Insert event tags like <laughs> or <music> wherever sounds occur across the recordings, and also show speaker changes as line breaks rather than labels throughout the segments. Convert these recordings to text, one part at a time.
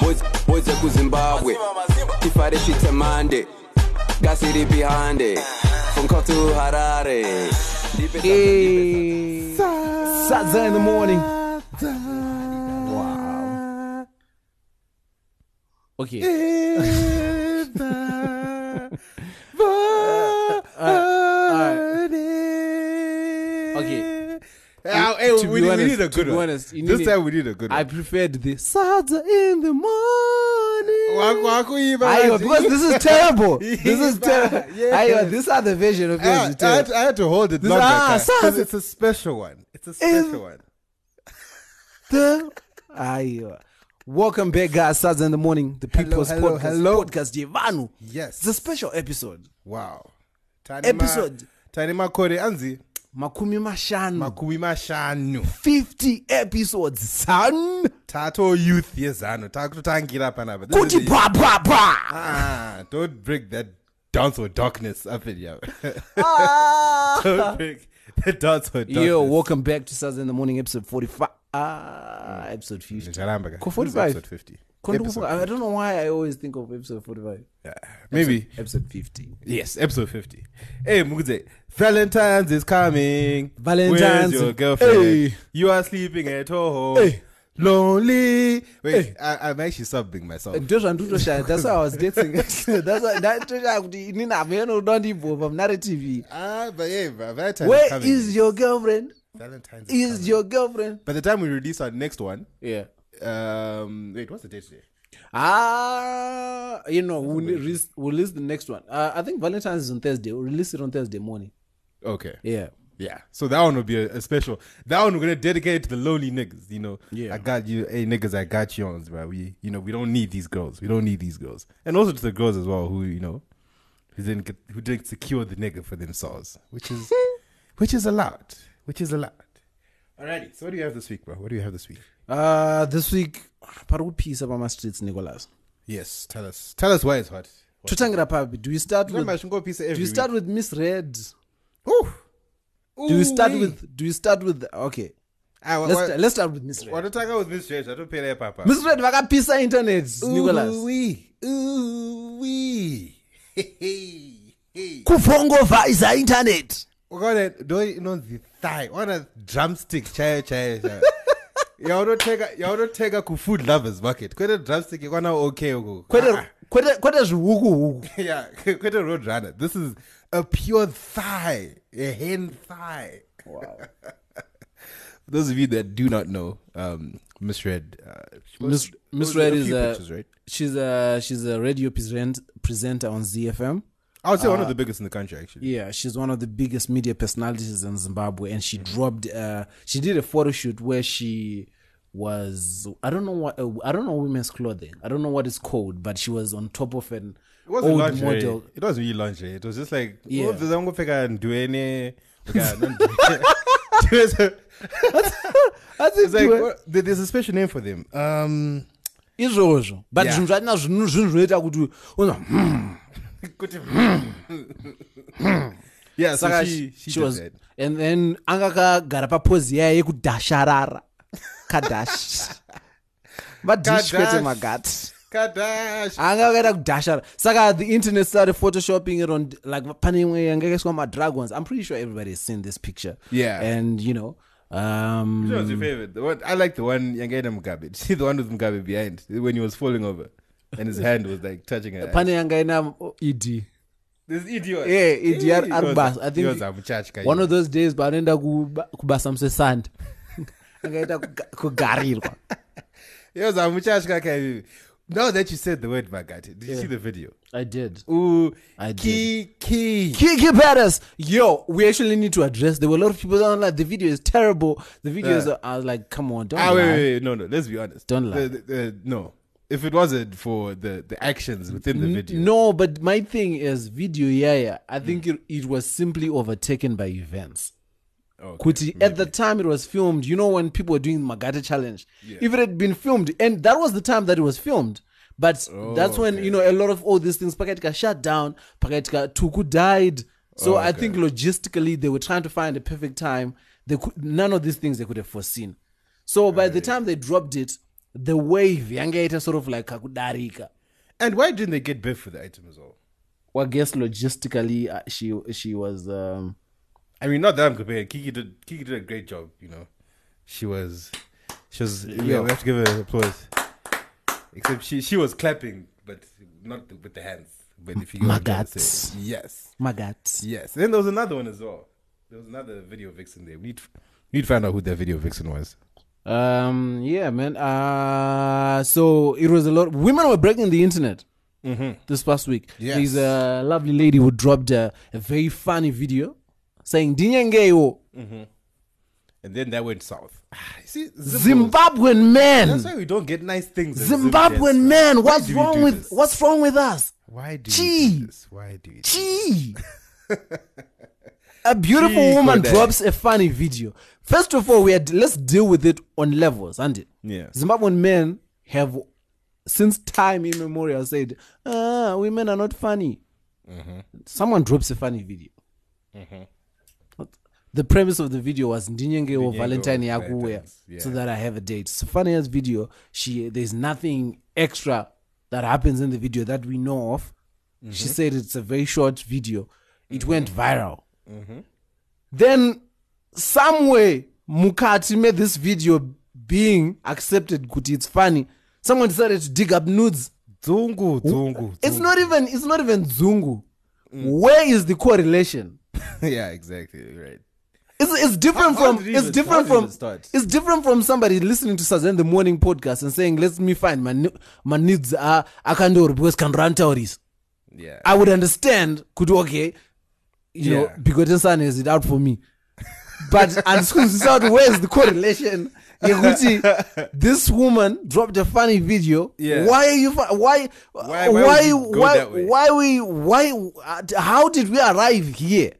boys boys ekuzimbabwe tifare chitemande gasi ripi hande from Kau to harare Ndipe sasa, ndipe
Saturday in the morning. Wow. Okay.
Okay.
Yeah,
hey,
to
we,
be
need-
honest-
we need
to
a good
be
one.
honest, you
this
need
time
it.
we need a good
I
one.
preferred this. Saturday in the morning.
Waku- wakuiva
Ayo,
manje.
because this is <laughs> terrible. this is terrible.
Yes.
Ayo, these are the version of
I, I,
yours. you
I,
tell.
had, I had to hold it
This-
longer
ah,
because
Saz-
it's a special one. It's a special one.
the Ayo. uh, Welcome back, guys. Saturday in the morning, the People's
hello,
Podcast.
hello.
Podcast Jevanu.
Yes.
It's a special episode.
Wow. Tanima,
Episode. Hmm.
Tanima Kore Anzi.
Makumi Mashanu.
Makumi mashanu.
50 episodes, son.
Tato youth yezano. Takutangira panapa. This is
Kuti
the-
bra bra bra.
Ah, don't bring that dance or darkness up in here. <laughs>
Ah.
don't bring the dance or darkness.
Yo, welcome back to Saturday in the morning, episode 45. Ah, episode 50. Ko
Nicharamba ka. This is
45.
Episode 50.
Kondo-
Episode
I don't know why I always think of episode 45.
Yeah, Maybe.
Episode 50.
Yes, episode 50. Hey, Mugze, Valentine's is coming.
Valentine's-
Where's your girlfriend?
Hey.
You are sleeping at home.
Hey.
Lonely. Wait,
Hey.
I, I'm actually subbing myself.
ndozvandutoshaya that's why i was
<laughs>
getting <laughs> that's why ndatosha kuti inini hameno ndandibhoma muna retv
Ah, but yeah, but Valentine's is
where
coming.
is your girlfriend
Valentine's is
is
coming.
your girlfriend
By the time we release our next one,
yeah
um, wait, what's the date today?
ah you know we'll release, we'll release the next one uh, i think valentine's is on thursday we'll release it on thursday morning
Okay.
yeah
Yeah. So that one will be a, a special. That one we're gonna dedicate to the lonely niggas. You know.
Yeah.
I got you. Hey niggas, I got you on, bro. We, you know, we don't need these girls. We don't need these girls, and also to the girls as well, who you know, who didn't get, who didn't secure the nigga for themselves,
<laughs>
which is, which is allowed, which is allowed. Alrighty. So what do you have this week, bro? What do you have this week?
uh this week pari kupisa pamastreets nicholas
Yes. Tell us. Tell us why it's hot.
totangira papi do we start with, do we start with miss red
Ooh.
do we start with do we start with okay
I,
let's, sta- let's start with miss
what
red
are talking with Miss James? I don't pay that papa.
miss red vakapisa internet nicholas
Ooh-wee. Ooh-wee. <laughs> Hey, hey, hey.
kupfongovhaisa internet
Ukaona do inonzi thigh ona drumstick chaiyo chaiyo chaiyo yaunoteka yaunoteka kufood lovers market kwete drumstick ikwana okay uko
kwete
Ah, <laughs>
kwete kwete zvihuku huku
yeah, <laughs> kwete road runner this is a pure thigh a hen thigh those of you that do not know um misread uh, she was-
miss,
it
miss
was
red
a
is
few
a
pictures, right
she's a she's a radio present, presenter on zfm
i would say one of the biggest in the country actually
yeah she's one of the biggest media personalities in zimbabwe and she dropped uh she did a photo shoot where she was i don't know what uh, i don't know women's clothing i don't know what it's called but she was on top of an
It wasn't
old
lingerie.
model
It wasn't really lingerie. It was just like,
Yeah.
oh, there's no figure and do any. Okay, not do- There's a- <laughs> It's like what- there- there's a special name for them. Um,
izvozvo but
Yeah.
zvinhu zvachina zvinhu zvinhu zvinoita kuti unzwa
yeah, so
saka she,
she, she,
she
did
was
that.
and then anga akagara papozi yaya yekudhasharara
<laughs>
kadhashi madhishi kwete
Kadhashi.
magati
Kadash.
anga akaita kudhashara saka the internet started photoshopping it on like pane imwe yanga yakaiswa madragons i'm pretty sure everybody has seen this picture
Yeah.
and you know
Which one
um
was your favorite? The one, I like the one Yangena Mugabe. <laughs> See the one with Mugabe behind when he was falling over and his hand was like touching her.
pane yanga ina ed
This idiot.
Yeah, idiot
He was-
Arbas. I
he
think
was a muchacha.
one of those days paanoenda kuba- kubasa <laughs> musesanda angaita kugarirwa
He was a muchacha. guy. Now that you said the word Magati, did you see the video?
i did
Ooh,
I
key, key.
Kiki Perez, yo, we actually need to address. There were a lot of people that were like, the video is terrible. The videos
Yeah.
are, I was like, come on, don't
Ah, wait,
lie.
wait, wait, no, no. Let's be honest.
Don't lie.
The- the- uh, no, if it wasn't for the the actions within the video, Mm.
No, but my thing is video yaya. I think it, it was simply overtaken by events.
Okay,
Kuti at the time it was filmed, you know when people were doing Magata challenge,
Yeah.
if it had been filmed, and that was the time that it was filmed. But that's when
okay.
you know a lot of all these things. Pakatika shut down. Pakatika Tuku died. So I
Okay.
think logistically they were trying to find a perfect time. They could none of these things they could have foreseen. So by the time they dropped it, the wave yangaita sort of like kakudarika
And why didn't they get Biff for the item as well?
well, I guess logistically uh, she she was um,
I mean, not that I'm comparing. Kiki did Kiki did a great job. You know, she was, she was. Yeah, we have to give her applause. Except she she was clapping, but not with the hands. But if you go
Maggots.
yes,
maggots.
yes. And then there was another one as well. There was another video vixen there. We need we need to find out who that video vixen was.
Um, yeah, man. Uh, so it was a lot. Women were breaking the internet this past week.
Mm-hmm. Yes.
There's a lovely lady who dropped a, a very funny video saying, Dinyangeo,
And then that went south. Ah, you See, Zimbabwe.
Zimbabwean
That's
men,
why we don't get nice things. in
Zimbabwean
Zimbabwe.
men,
Why
what's
do we
wrong
do
with
this?
what's wrong with us?
Why do we
Gee.
do this? Why do we?
Gee. <laughs> a beautiful
Gee,
woman
Konde.
drops a funny video. First of all, we are let's deal with it on levels, and it.
Yeah.
Zimbabwean men have since time immemorial said, ah, women are not funny. Someone drops a funny video. Mm-hmm. What- The premise of the video was Ndinyenge Valentine Yakuwe
Valentine's, yeah.
so that I have a date. It's a funny ass video. She there's nothing extra that happens in the video that we know of. She said it's a very short video. It went viral. Mm-hmm. Then somewhere Mukati made this video being accepted kuti it's funny. Someone decided to dig up nudes.
Zungu, zungu.
It's not even it's not even Zungu. Where is the correlation?
<laughs> yeah, exactly. Right.
It's, it's different
How- how
from
did it
it's
even-
different
how did it
from
even start?
it's different from somebody listening to Sazen the morning podcast and saying let me find my ne- my needs are I can do because can run theories.
Yeah.
I would understand could okay you know
Yeah.
because son is it out for me. But
<laughs>
and so out where's the correlation?
<laughs>
Yekuti, this woman dropped a funny video.
Yeah.
Why are you fu- why why
Why- why would
why
you go
why,
that way?
we why uh, how did we arrive here?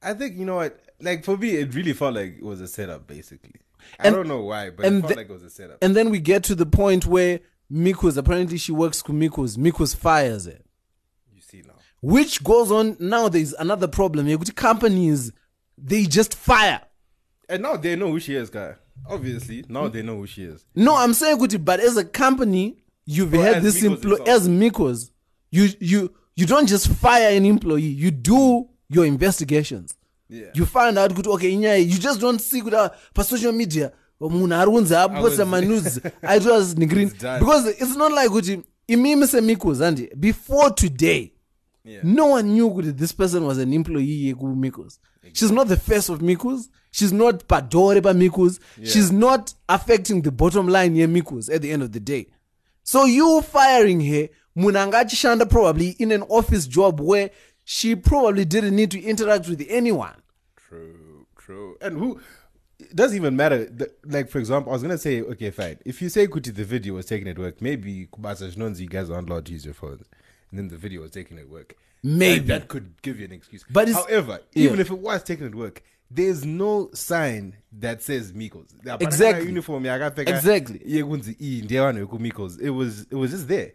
I think you know what. Like for me, it really felt like it was a setup, basically. I
And-
don't know why, but it
and
felt
the-
like it was a setup.
and then we get to the point where Miku's apparently she works with Miku's. Miku's fires her,
you see now.
which goes on. Now there's another problem. Yekuti companies they just fire.
And now they know who she is, guy. Obviously, now
Hmm?
they know who she is.
No, I'm saying Kuti, but as a company, you've
Or
had
as
this
Miku's
employee
itself.
as Miku's. You you you don't just fire an employee. You do your investigations.
Yeah.
You find out good. Okay, inyaya, you just don't see good. Uh, per social media, munhu arunza aposta
was-
manews. I was green
It's done.
because it's not like kuti imimi semiku's and before today.
Yeah.
No one knew that this person was an employee yeku Miku's. She's not the face of Miku's. She's not Padore by Miku's. She's not affecting the bottom line here Miku's at the end of the day. So you firing her, Munangachi Shanda probably in an office job where she probably didn't need to interact with anyone.
True, true. And who? It doesn't even matter. The- like for example, I was gonna say, okay, fine. If you say Kuti the video was taken at work, maybe Kubasa Shnonzi, you guys aren't allowed to use your phones, and then the video was taken at work.
Maybe.
And that could give you an excuse.
But it's-
however,
yeah.
even if it was taken at work, there's no sign that says Migos. Yeah, but I got
Exactly.
a Uniform. yeah, I got the guy.
Exactly.
Yeah, Kunzi, E, Ndiyawana, Yoku Migos. It was. It was just there.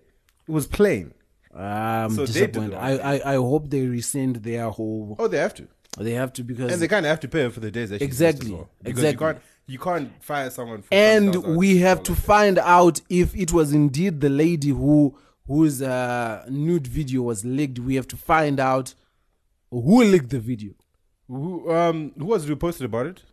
It was plain.
Um,
So they did
disappointed.
the right
I, I, I hope they rescind their whole.
Oh, they have to.
They have to because
And they kind of have to pay her for the days that she's missed
Exactly.
as well. Because
Exactly.
You can't, you can't fire someone. For
and
$1,000
we have to
dollars.
find out if it was indeed the lady who whose uh, nude video was leaked. We have to find out who leaked the video.
Who um who was it who posted about it?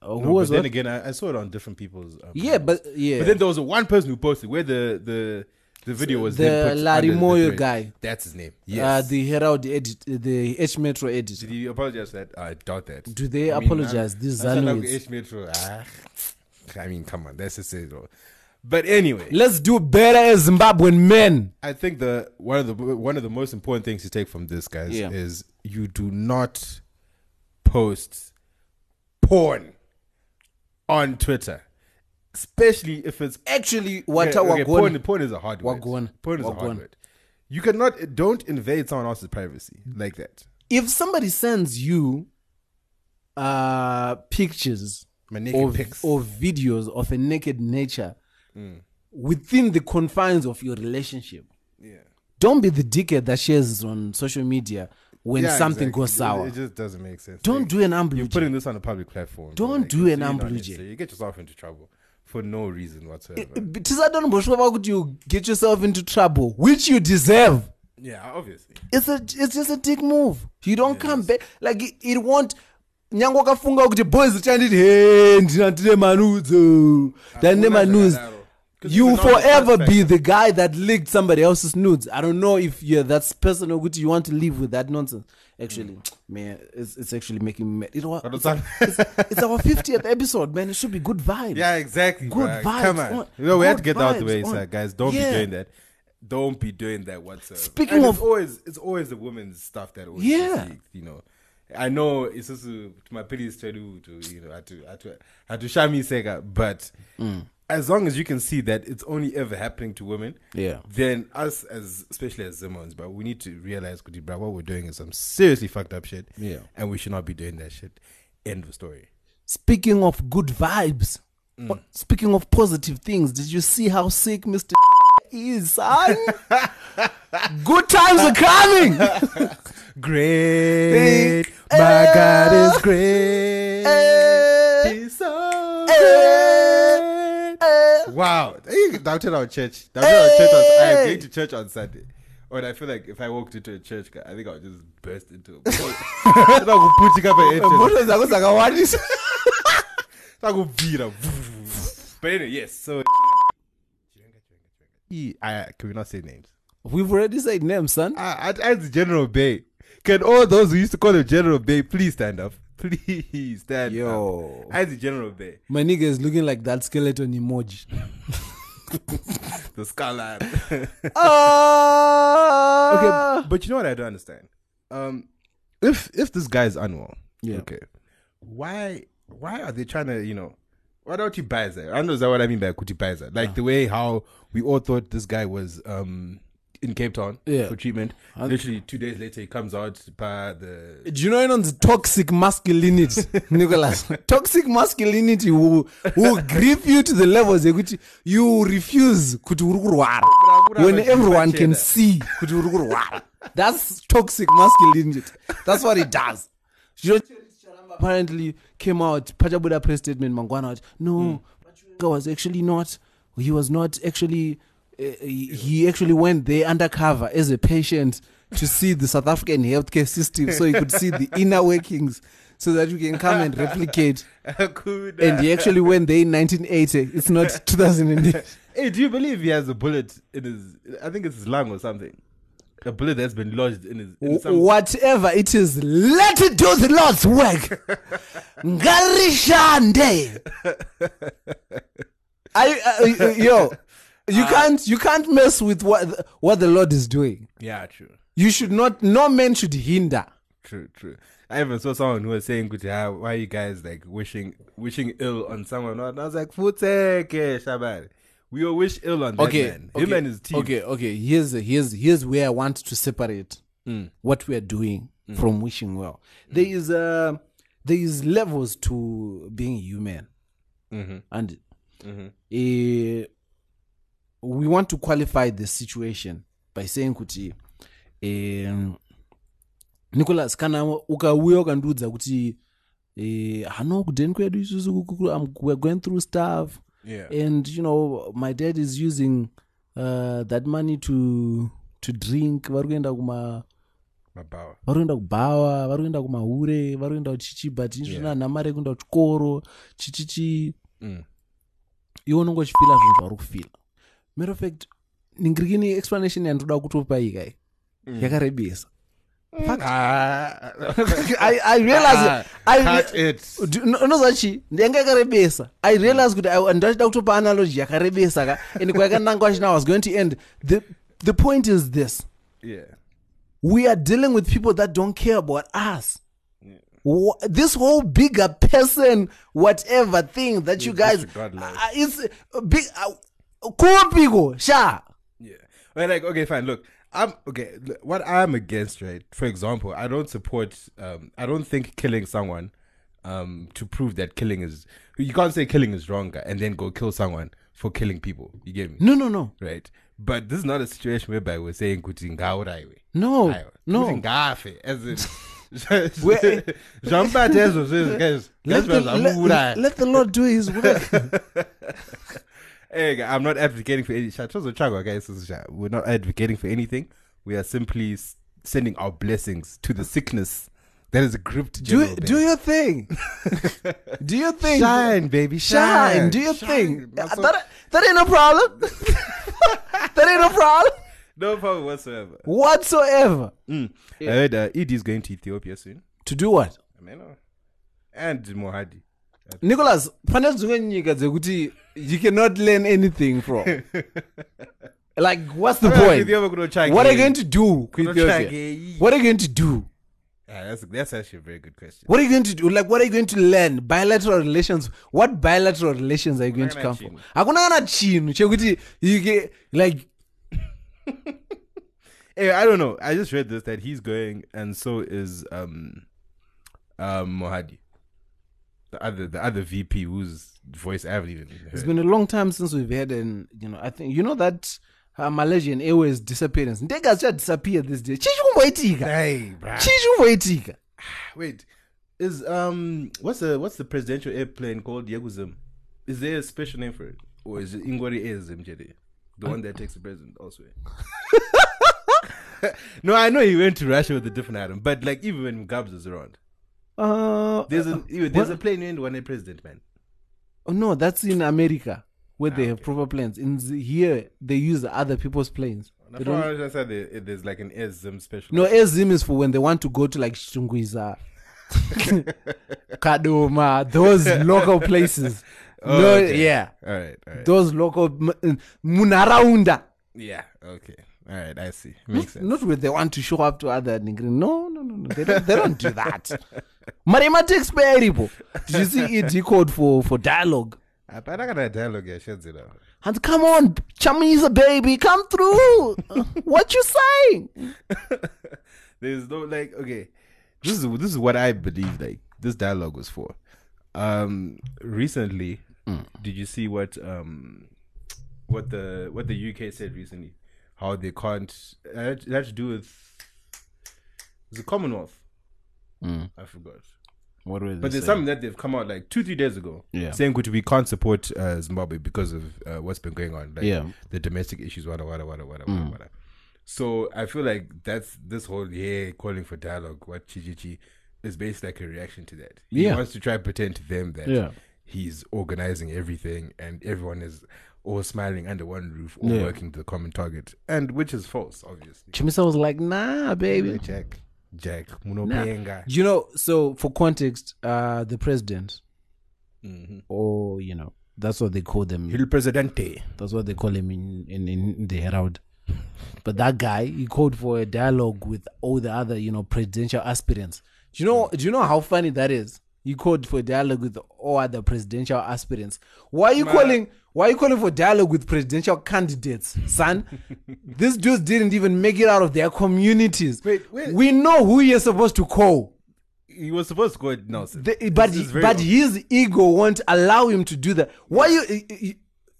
Uh, who
Oh, No,
was
but then
what?
again, I, I saw it on different people's. Um,
yeah, but yeah,
But then there was one person who posted where the the the video was. then
the
put
Larry
under the
Moyo
thread.
guy.
That's his name.
uh,
Yes.
the Herald edit, the H Metro edit.
Did he apologize for that? I doubt that.
Do they
I mean,
apologize?
I'm-
These
I'm South Africa,
Zanu-
H Metro. Ah, I mean, come on, that's just it. though. But anyway,
Let's do better as Zimbabwean men.
I think the one of the one of the most important things to take from this, guys,
Yeah.
is you do not post porn on Twitter, especially if it's
Actually, what
Okay,
are
okay,
we
porn,
going?
porn is a hard word.
Wagwan.
Porn is a hard
Wagwan.
word. You cannot don't invade someone else's privacy like that.
If somebody sends you uh pictures
My naked
or,
pics. Hmm.
or videos of a naked nature within the confines of your relationship.
yeah.
Don't be the dickhead that shares this on social media when
Yeah,
something
exactly.
goes
It-
sour.
It, just doesn't make sense.
Don't
Like,
do an
You're
ambush.
putting this on a public platform.
Don't
Like,
do
it's
an
really not
ambulo, Jay.
necessary. You get yourself into trouble. For for no reason whatsoever.
tisatonoboshuva vakuti you get yourself into trouble which you deserve
yeah, obviously.
it's, a, it's just a dick move you don't come back like it, it won't nyange wakafunga kuti boys chanditi he ndina ndine manudzo ndandine
Hakuna
manuds
zvakadaro. 'Cause
you
it's a known
forever be
fact.
the guy that leaked somebody else's nudes i don't know if you're that person okuti you want to live with that nonsense actually man it's, it's actually making me mad. It wa- it's,
Understand?
it's our 50th episode man it should be good vibes
Yeah, exactly.
Good
bruh.
vibes
Come on.
on-
You know, we had to
good
get that out the
vibes
way,
on.
sir. Guys, don't
Yeah.
be doing that. Don't be doing that whatsoever.
Speaking
And
of-
it's always it's always the women's stuff that always
Yeah.
gets leaked, you know. I know it's also to my pity to to you know to to to shami sega, but
Mm.
as long as you can see that it's only ever happening to women,
Yeah.
then us as especially as Zimmons, but we need to realize kuti, bruh, what we're doing is some seriously fucked up shit.
Yeah.
And we should not be doing that shit. End of story.
Speaking of good vibes, what- speaking of positive things, did you see how sick Mr. <laughs> is, son? good times are coming.
Great. My
Eh.
God is great.
Eh.
He's so
Eh.
great. Wow. Hey, Downtown our church. Downtown our church. Was, I am going to church on Sunday. Or I feel like if I walked into a church, I think I would just burst <laughs> into a boat. Like putting up an entrance. Like a beat But anyway, yes. So. He- E, I, can we not say names?
We've already said names, son.
I, I, as General Bay, can all those who used to call him General Bay please stand up? <laughs> Please stand
Oh.
Yo.
up. As General Bay,
My nigga is looking like that skeleton emoji.
the scholar. <laughs>
Ah!
okay, but you know what I don't understand? Um, if if this guy is unwell,
Yeah.
okay, why why are they trying to you know? Why don't you buy that? I know is that what I mean by Kutipaiza. Like the way how we all thought this guy was um in Cape Town
Yeah.
for treatment. Literally two days later, he comes out by the <laughs>
Do you know you know, the toxic masculinity, Nicholas? toxic masculinity will, will grip you to the levels in which you refuse kuti uri kurwara
But I would
when
have a
everyone
different
can
gender.
see kuti uri kurwara. That's toxic masculinity. That's what it does. You know, Charamba apparently came out pachabuda press statement mangwana kuti, no Machwenga was actually not he was not actually uh, he, he actually went there undercover as a patient to see the south african healthcare system so he could see the inner workings so that we can come and replicate and he actually went there in 1980 it's not 2008
Hey, do you believe he has a bullet in his? I think it's his lung or something. A bullet that's been lodged in his. In some,
whatever it is let it do the lord's work ngarishande I, I- I- uh, yo you can't you can't mess with what the- what the lord is doing
Yeah, true,
you should not no man should hinder
true, true. I even saw someone who was saying, "Kuti, ah, why are you guys like wishing wishing ill on someone?" And I was like, "Futeke Shabbat, we will wish ill on that man. Him and his team.
okay okay here's here's here's where i want to separate what we are doing from wishing well there is uh there is levels to being human and eh, we want to qualify the situation by saying kuti um, nicholas kana ukauya ukandiudza kuti eh, hano kudheni kwedu isusu kuku- I'm- we're going through stuff
Yeah.
and you know my dad is using uh, that money to to drink vari kuenda kuma
My bow.
vari kuenda kubhawa vari kuenda kumahure vari kuenda kuchichi but izvina hana mari yekuenda kuchikoro chichichi
Mm.
iwe unongochifila zvinhu zvauri kufila matter of fact ningirikini explanation yandoda kutopa ikai
Mm.
yakarebesa I, I <laughs> realize, I
Ah. <laughs> Cut
re-
it.
Do- no- unoziva chii yanga yakarebesa i realize kuti I- ndachida kutopa analogy yakarebesa ka and kwayakananga wacho now i was going to end the, the point is this
Yeah.
we are dealing with people that don't care about us. Wha- This whole bigger person, whatever thing that you guys,
disregard life.
uh, it's uh, big. Uh, cool people, sha.
Yeah. Well, like, okay, fine. Look, I'm okay. l- What I'm against, right? For example, I don't support. Um, I don't think killing someone, um, to prove that killing is. You can't say killing is wrong guy, and then go kill someone for killing people. You get me?
No, no, no,
Right. But this is not a situation whereby we're saying kuti ngawuraiwe.
no,
Aiwa.
no. <laughs>
Kuti ngafe, as in <laughs>
Where-
Zvamubata izvo zvezvi guys.
Let
Guys
the,
vazomuuraya.
let, let the Lord do his work.
Hey, I'm not advocating for any sha- tozo chagwa, guys. tozo sha- We're not advocating for anything. We are simply s- sending our blessings to the sickness that is gripped
do
General
do
Bay.
your thing. do your thing.
shine, baby, shine,
Shine. Do your
Shine.
thing.
That's
Uh,
all-
That, that ain't no problem. <laughs> that ain't no problem
no problem whatsoever.
whatsoever.
Mm. I heard uh, Ed is going to Ethiopia soon.
To do what?
I mean, uh, and Mohadi.
Nicholas, pane dzimwe nyika dzekuti you cannot learn anything from. like what's the point? What are you going to do with
Kunotsvage.
Ethiopia? What are you going to do?
Ah, that's, that's actually a very good question.
What are you going to do? Like, what are you going to learn? Bilateral relations. What bilateral relations are you going to
Hakuna
come
chinhu.
from? Hakuna kana chinhu chekuti you get like
Eh, I don't know. I just read this that he's going, and so is um, um Mohadi, the other the other VP whose voice I haven't even heard.
it's been a long time since we've had an you know I think you know that uh, Malaysian Airways disappearance. Ndege has just disappeared this day. Chichumboitika.
hey, bruh.
Chichumboitika.
Wait, is um what's the what's the presidential airplane called Yeguzim? Is there a special name for it, or is it Ingori Airzim Jedi, the one that takes the president elsewhere? <laughs> no, I know he went to Russia with a different item, but like even when Gabs was around,
Uh,
there's a there's a
what?
plane named one a president man.
Oh, no, that's in America where
Ah,
they have proper planes. In the, here they use other people's planes.
I
They don't-
don't understand there, there's like an Airzim special.
No, Azim is for when they want to go to like
<laughs>
Shunguiza, Kadoma, those local places.
<laughs> Oh,
no,
okay.
yeah,
All right. All right.
those local m- Munaraunda.
Yeah. Okay. All right. I see. Makes sense.
Not where they want to show up to other Nigerians. No, no, no, no. They don't, they don't do <laughs> that. Marima takes people. Did you see ED code for for dialogue?
I bet I got a dialogue. Yeah, shit, you know.
And come on, Chamisa baby, come through. <laughs> what you saying?
There's no like. Okay. This is this is what I believe. Like this dialogue was for. Um. Recently, did you see what um, what the what the UK said recently? How they can't. Uh, it had to do with the Commonwealth. I forgot.
What were they
But there's something that they've come out like two, three days ago,
Yeah.
saying which we can't support uh, Zimbabwe because of uh, what's been going on, like
Yeah. Mm.
the domestic issues, wada wada wada wada wada wada. So I feel like that's this whole yeah calling for dialogue, what Chichichi is basically like a reaction to that. He
Yeah.
wants to try and pretend to them that
Yeah.
he's organizing everything and everyone is all smiling under one roof, all
Yeah.
working to the common target, and which is false, obviously.
Chamisa was like, nah, baby.
Jack, Jack, Muno
Nah. You know, so for context, uh, the president, Mm-hmm.
Mhm.
or you know, that's what they call them.
Il Presidente.
That's what they call him in in, in the Herald. But that guy, he called for a dialogue with all the other, you know, presidential aspirants. Do you know? Do you know how funny that is? He called for dialogue with all other presidential aspirants. Why are you calling? Why are you calling for dialogue with presidential candidates, son? These dudes didn't even make it out of their communities.
Wait, wait.
We know who you're supposed to call.
he was supposed to go with Nelson.
The, but
This is very
but
ob-
his ego won't allow him to do that. Why you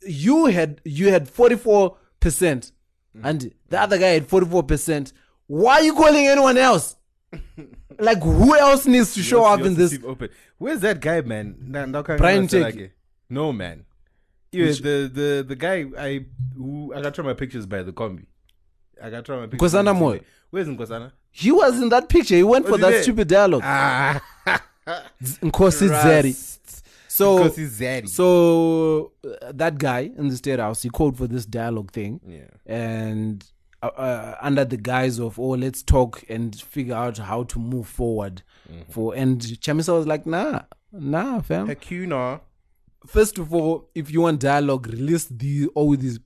you had you had forty four percent,
Mm.
and the other guy had forty four percent. Why are you calling anyone
<laughs>
else? like who else needs to
he
show
wants-
up
he
in
wants to
this?
keep open. Where's that guy, man? Na- na- kan-
Brian
na-
Teke.
No, man. Yeah, the, the the guy I who I got to my pictures by the combi. I got to my pictures.
Nkosana
by the
Moyo.
combi. Where's Nkosana?
He was in that picture. He went for
he
that
there?
stupid dialogue.
<laughs> Ah,
Nkosi Zeri.
Rust.
So
Nkosi Zeri.
So uh, that guy in the state house, he called for this dialogue thing.
Yeah.
and uh, uh, under the guise of oh let's talk and figure out how to move forward for and chamisa was like nah nah fam
Hakuna.
first of all if you want dialogue release the all these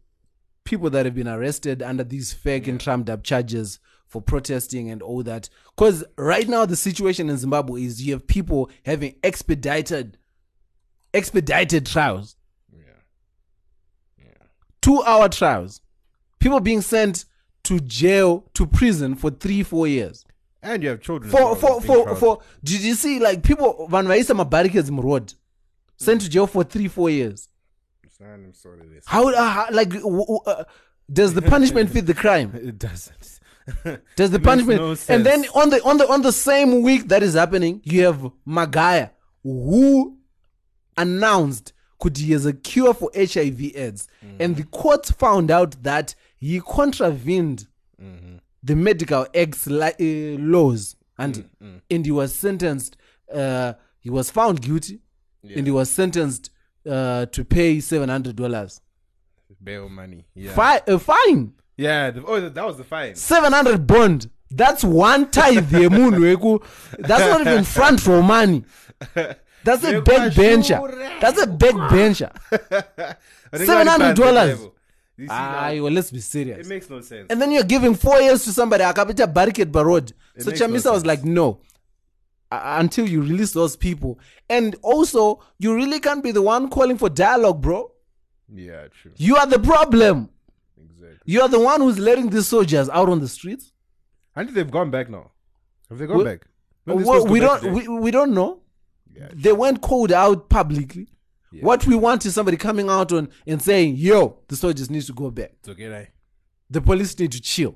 people that have been arrested under these fake and trumped up charges for protesting and all that because right now the situation in zimbabwe is you have people having expedited expedited trials two hour trials people being sent to jail to prison for three four years
And you have children.
for
as well,
for
being
for,
proud.
for did you see like people van vaisa mabarikets murod sent to jail for three four years
Son, I'm sorry, this.
how, uh, how like w- w- uh, does the punishment fit the crime
It doesn't.
There's the
It makes
punishment.
no
and then
sense.
on the on the on the same week that is happening, you have Magaya who announced could he has a cure for HIV AIDS.
Mm-hmm.
And the courts found out that he contravened
Mm-hmm.
the medical acts li- uh, laws and
Mm-hmm.
and he was sentenced uh, he was found guilty and he was sentenced uh, to pay $700
bail money. Yeah.
Fi- a fine
Yeah. The, oh, that was the fine.
700 bond that's one tithe
<laughs>
yemunhu weku that's not even front row money that's a back bencher that's a back bencher
I think I understand the
$700.
level. Ah, You see now,
Aye, well, let's be
it
serious
makes no sense.
and then you're giving four years to somebody akapita barricade barod so
makes no
chamisa was
sense.
like no uh, until you release those people and also you really can't be the one calling for dialogue bro
yeah, true.
you are the problem
Exactly.
you are the one who's letting these soldiers out on the streets
I think they've gone back now. Have they gone
We-
back? When they
Well,
supposed to
we
go back
don't
today?
we, we don't know
Yeah,
they weren't called out publicly what we want is somebody coming out on and saying yo the soldiers need to go back
it's okay, right?
the police need to chill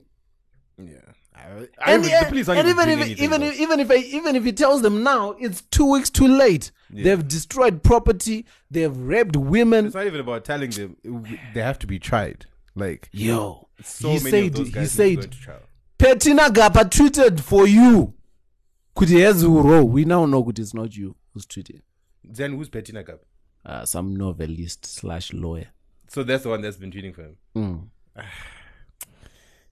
Yeah.
and,
even,
yeah,
the police
and
aren't
even
doing
if
anything,
even
though.
if, even if I, even if he tells them now, it's two weeks too late. They've destroyed property. They've raped women.
it's not even about telling them it w- they have to be tried. Like
Yo,
so
he
many
said.
of those
He
guys need to go
said.
into trial.
Petina Gapa tweeted for you. Could he has row? We now know that it's not you who's tweeting.
Then who's Bettina Gap?
Uh, some novelist slash lawyer.
So that's the one that's been tweeting for him.
Mm.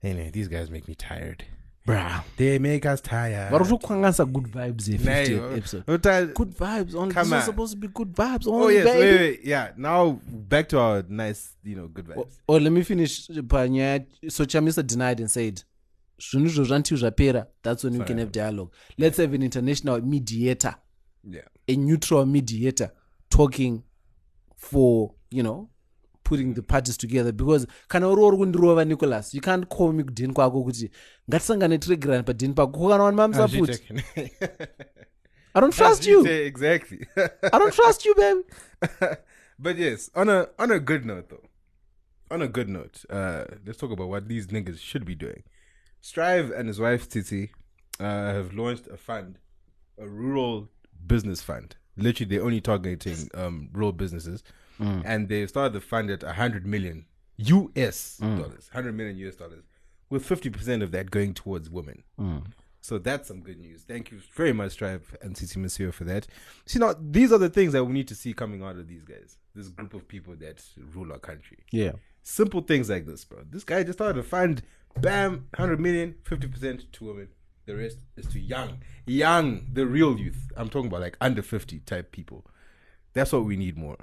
Anyway, these guys make me tired.
Bruh.
They make us tired.
But also, good vibes. eh, 50th
Nah,
episode.
I'm tired.
Good vibes. Only.
Come
This is
on.
supposed to be good vibes. Only,
Oh yes,
baby.
wait, wait, yeah. Now back to our nice, you know, good vibes.
or Oh, let me finish panyaya so chamisa denied and said zvinhu izvo zvanti zvapera that's when we can have dialogue let's have an international mediator
yeah,
a neutral mediator talking for you know putting the parties together because kana uri uri kundirova nicholas you can't call me kudhini kwako kuti ngatisangane tiregerani padhini pako kokanawana mamisa futi i don't <laughs> trust you
Yeah, exactly. <laughs>
i don't trust you baby
but yes, on a on a good note though, on a good note, uh, let's talk about what these niggas should be doing. Strive and his wife Titi uh, have launched a fund, a rural business fund. Literally, they're only targeting um, rural businesses,
Mm.
and they started the fund at 100 million US
Mm.
dollars, 100 million US dollars, with 50 percent of that going towards women. So that's some good news. Thank you very much, Strive and Titi Monsieur, for that. See, now these are the things that we need to see coming out of these guys, this group of people that rule our country.
yeah
Simple things like this, bro. This guy just started a fund, bam, 100 million, 50% to women. The rest is to young, young, the real youth. I'm talking about like under 50 type people. That's what we need more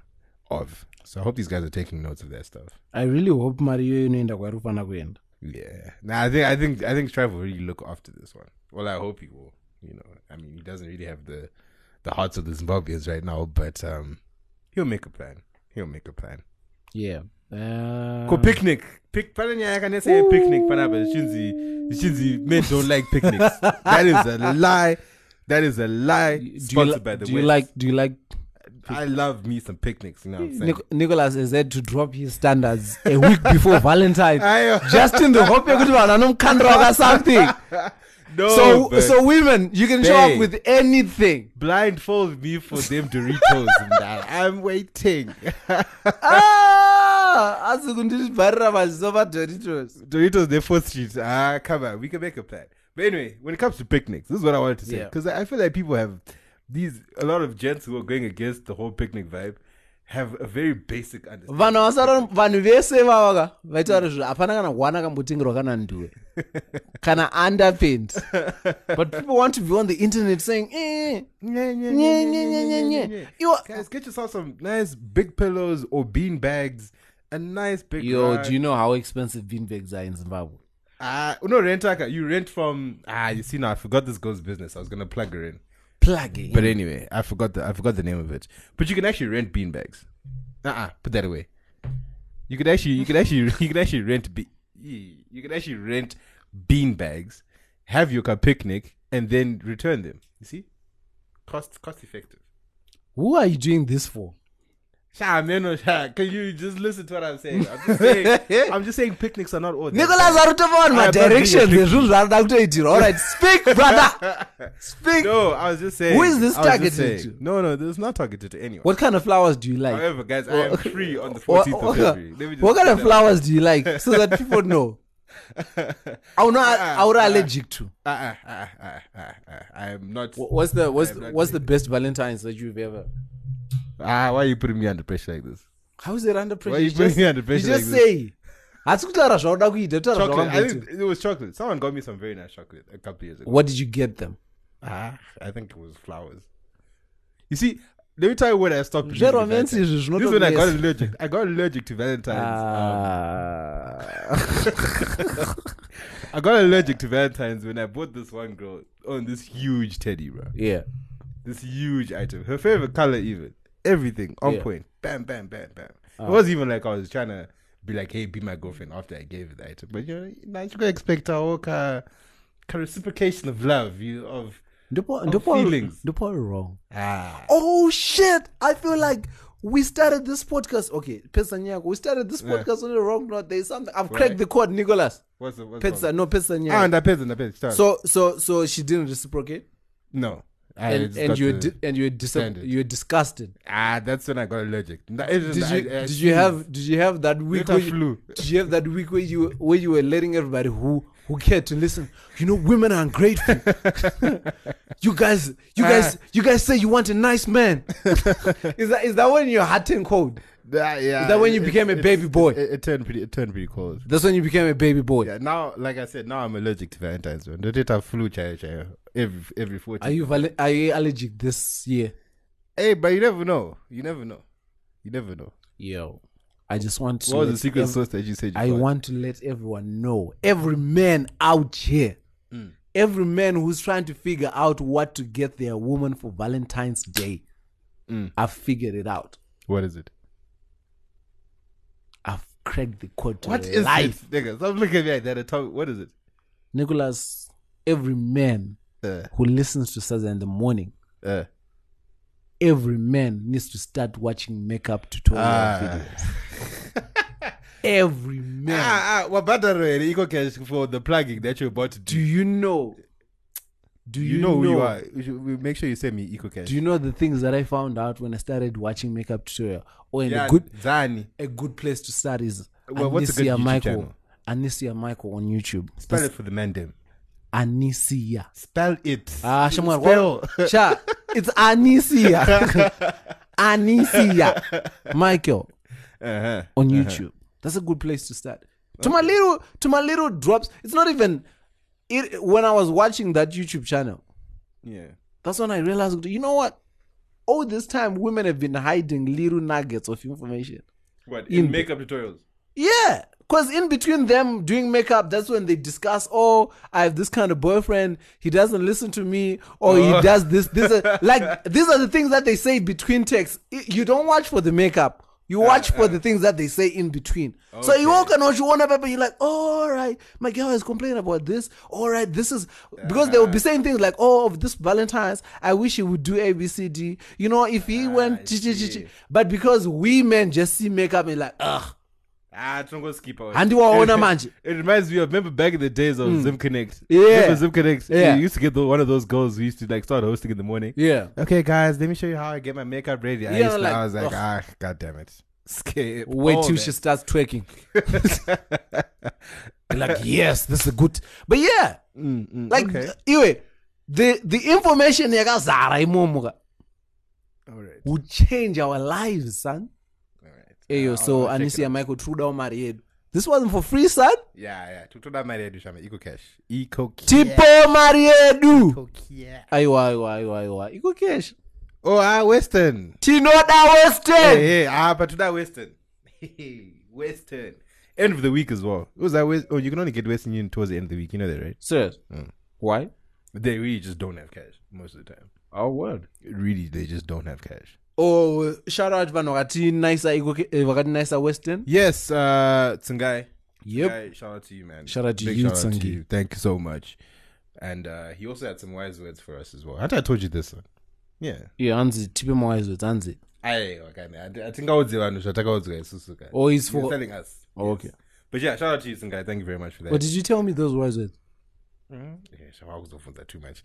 of. So I hope these guys are taking notes of that stuff.
i really hope mari yoyo inoenda kwairi kufana kuenda
Yeah. Nah, I think I think I think Strive will really look after this one. Well, I hope he will. You know, I mean, he doesn't really have the the hearts of the Zimbabweans right now, but um, he'll make a plan. He'll make a plan.
yeah uh,
Go picnic. Pic. Pardon, yeah, I can say picnic. Panaba. Shinzi. Shinzi. Men don't like picnics.
<laughs>
that is a lie. That is a lie.
do you,
Sponsored
li-
by the
do you
West.
like do you like
I love me some picnics. You know what I'm saying?
Nic- nicholas is had to drop his standards a week before valentine
<laughs> Ayo.
just in the hope yekuti vanhu vanomukandira waka something
<laughs> no.
so
but
so women you can show up
Babe.
with anything
blindfold me for them Doritos.
<laughs>
man. I'm waiting.
Ah, asi kundibharira maziso padoritos
Doritos, they're fourth street. Ah, come on, we can make a plan. But anyway, when it comes to picnics, this is what I wanted to say
Yeah.
because I feel like people have these a lot of gents who are going against the whole picnic vibe have a very basic understanding.
vanhu vasara vanhu vese vavaka vaitaura
Mm.
zviro hapana kana hwana kambotengerwa kana ndiwe kana underpaint but people want to be on the internet saying eh,
Nye,
Nye,
nye, nye, nye,
nye, nye, nye, nye. You are-
Guys, get yourself some nice big pillows or bean bags. A nice big.
yo
rug.
do you know how expensive beanbags are in zimbabwe
Ah, no rent. like, You rent from ah. You see now, I forgot this girl's business. I was gonna plug her in.
plugging
But anyway, I forgot the I forgot the name of it. But you can actually rent beanbags. Uh uh put that away. You could actually you could actually <laughs> you could actually rent be ye- you could actually rent beanbags, have your ca- picnic, and then return them. You see, cost cost effective.
who are you doing this for
Sha, man, oh, sha. Can you just listen to what I'm saying? I'm
<laughs>
just saying, I'm just saying picnics are not all.
nicholas ari kutovaona
I don't
madirections
think it's-
ezvinhu zvaari da kutoitirwa allright
<laughs>
speak brother speak
No, I was just saying.
Who is this
I was just
targeted
saying.
to?
No, no, this is not targeted to anyone.
what kind of flowers do you like
However, guys, I am free on the
What-
14th of
what-
February. Let me just
what
say
kind of
that.
flowers do you like so
<laughs>
that people know auna aura allergic to
Ah, ah, ah, ah, ah, ah. I am not.
what's the what's
not
what's the best valentines that you've ever
Ah, why are you putting me under pressure like this?
how is it under pressure
Why are you
You
putting
just-
me under
you
pressure
just
like this?
say hatsi kutaura zvauda kuita kutaura
Chocolate. I
zvavakuita
think it was chocolate. Someone got me some very nice chocolate a couple years ago.
what did you get them
Ah, I think it was flowers. You see, let me tell you when I stopped.
Zve
believing in
romance
Valentine's.
izvi
This is when I got
zvinotonesa.
allergic. I got allergic to Valentine's. Um,
Uh, Ah.
I got allergic to Valentine's when I bought this one girl on this huge teddy, bro.
<laughs> yeah
This huge item. Her favorite color, even everything on
Yeah. Ah.
point. Bam, bam, bam, bam. It wasn't even like I was trying to be like, "Hey, be my girlfriend." After I gave her the item, but you know, now you gotta expect a whole kind of reciprocation of love, you of
ndipo
Of
ndipo
Oh, feelings.
ndipo ari wrong
ah.
oh shit i feel like we started this podcast okay pesa nyako we started this
Yeah.
podcast on the wrong note there's something i've
Right.
cracked the code nicholas
What's the what's
pesa no pesa
Ah,
nyako
and that pizza, that pizza.
so so so she didn't reciprocate
no, I
and
just
and
got
you were
the-
di- and you were dis-
standard.
you were disgusted
ah, that's when I got allergic. That is-
did you
I- I-
did you have did you have that week
Later
where you,
flu.
did you have that week where you where you were letting everybody who who cared to listen you know women are ungrateful <laughs> you guys you guys you guys say you want a nice man <laughs> is that is that when you're hot and cold
That, yeah,
Is that when you
it-
became a
it-
baby
it-
boy?
It, it turned pretty. It turned pretty cold.
that's when you became a baby boy
Yeah, now, like I said, now I'm allergic to Valentine's. Man. The data flu chai chai every every
Are
fourteen.
you val- are you allergic this year?
Hey, but you never know. You never know. You never know.
Yo, I just want to.
What was
let
the secret
ev-
sauce that you said? You
I
got?
want to let everyone know, every man out here, Mm. every man who's trying to figure out what to get their woman for Valentine's Day, I've figured it out.
What is it?
I've cracked the code to
What is
life,
it, nigga? Stop looking at me like that. and tell me- What is it?
Nicholas. Every man
Uh,
who listens to Saturday in the morning,
uh,
every man needs to start watching makeup tutorial
Ah.
videos.
<laughs>
every man.
ah, ah, well, better already. Eco cash for the plugging that you're about to do.
do you know do
You,
you,
know, who you are. You should- we- Make sure you send me Eco cash.
do you know the things that i found out when i started watching makeup tutorial oh and
yeah,
a good
Zani.
a good place to start is
Well, what's a good
anisia
YouTube
michael
channel?
anisia michael on youtube
Spell it for the mandem.
anisia
Spell it.
ah shamwari
Spell.
Sha, it's anisia anisia michael
Uh-huh.
on YouTube. That's a good place to start. To my little, to my little drops. It's not even. It when I was watching that YouTube channel,
Yeah.
that's when I realized. You know what? All this time, women have been hiding little nuggets of information.
What?
In-
makeup tutorials.
Yeah, because in between them doing makeup, that's when they discuss. Oh, I have this kind of boyfriend. He doesn't listen to me, or he
Oh.
does this. This
<laughs>
are, like these are the things that they say between texts. I- You don't watch for the makeup. You watch for the things that they say in between. So you
Uh, Okay.
walk and watch you want paper. You're like, oh, all right, my girl is complaining about this. All right, this is because they will
Uh-huh.
be saying things like, oh, of this Valentine's, I wish he would do A, B, C, D. You know, if he went, ch- ch- ch- ch-
Ah, see.
but because we men just see makeup and like, ugh.
Ah, Tongo skipper. <laughs>
Handiwaona manje. Hmm.
It reminds me of remember back in the days of Zim Connect.
Yeah.
Remember Zim Connect.
Yeah.
You used to get the, one of those girls who used to like start hosting in the morning.
Yeah.
Okay, guys, let me show you how I get my makeup ready. I,
Yeah,
used to-
like,
I was like,
ugh.
ah, god damn it. Skip.
Wait
all
till
that.
she starts twerking. <laughs> Be like, yes, this is good. But yeah, like,
Mm, okay.
anyway, the, the information yakazara imomuka
All right.
will change our lives, son.
All right.
Hey, yo,
I'll-
so
I'll check it
Anisia
out.
Michael Truda Omari yedu. This wasn't for free, son.
Yeah, yeah. Tutoda Maria Dushama. Eco Cash. Eco
Tipo Omari yedu.
Cash.
Aiwa, aiwa, aiwa, aiwa. Iko cash.
Oh, ah, Western.
Tinoda
Hey,
Western.
hey, ah, but that Western. <laughs> Hey, Western. End of the week as well. It was that West? Oh, you can only get Western Union towards the end of the week. You know that, right?
Serious?
Mm.
Why?
They really just don't have cash most of the time.
Oh, word.
Really, they just don't have cash.
Oh, shout out vanhu vakati nicer iko Ca- eh, vakati nicer Western.
Yes, uh, Tsungai.
Yep.
Tsungai, shout out to you, man.
Shout out to
Big
you,
shout out
Tsungi.
to you. Thank you so much. And uh, he also had some wise words for us as well. I thought I told you this one. Yeah.
yeah hanzi tipe mawaizots hanzi
aiwa kani hati- hatingaudzi vanhu zvatakaudzwa isusu kani
Oh, it's
You're
for-
telling us
Oh, okay.
but yeah shout out to you singai thank you very much for that
But Oh, did you tell me those words? with?
Yeah, zvavakuzofunda too much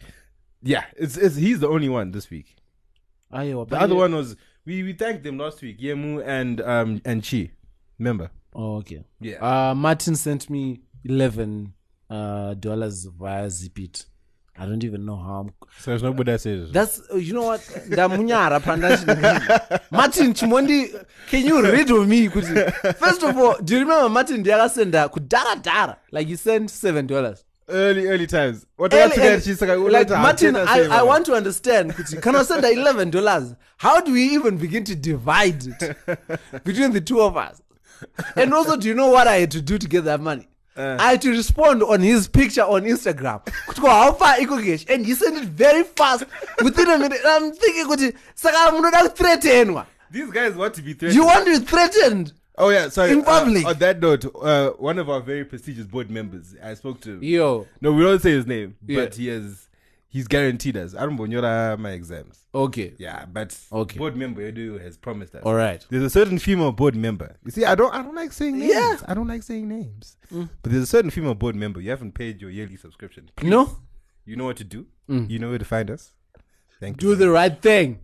yeah it's, it's, he's the only one this week
Ah, yeah,
the other one was we, we thanked them last week yemu and um and chi remember
Oh, okay.
Yeah.
Uh, Martin sent me eleven uh, dollars via Zipit. I don't even know how. I'm...
so there's no buddha says
That's uh, you know what. Ndamunyara panda
<laughs>
chinangani. Martin Chimondi, can you read of me? Kuti? First of all, do you remember Martin Diaga senda kudara dara like he sent seven dollars.
early early times what
Early, early- like Martin, I, I want to understand. Kuti, Can I send eleven dollars? How do we even begin to divide it between the two of us? And also, do you know what I had to do to get that money? I had to respond on his picture on Instagram. Kuti ko, how far iko cash? And he sent it very fast within a minute. And I'm thinking, kuti, saka munoda kuthreatenwa.
these guys want to be threatened
You want to be threatened?
oh yeah sorry
in
uh,
public.
on that note uh one of our very prestigious board members i spoke to
Yo,
no we don't say his name
Yeah.
but he has he's guaranteed us i don't know my exams
okay.
Yeah, but
Okay.
board member Edu has promised us.
All right.
There's a certain female board member. You see, I don't I don't like saying names.
Yeah. Mm.
I don't like saying names. But there's a certain female board member. You haven't paid your yearly subscription.
No,
You know what to do. You know where to find us. Thank
Mm. do
you.
the right thing.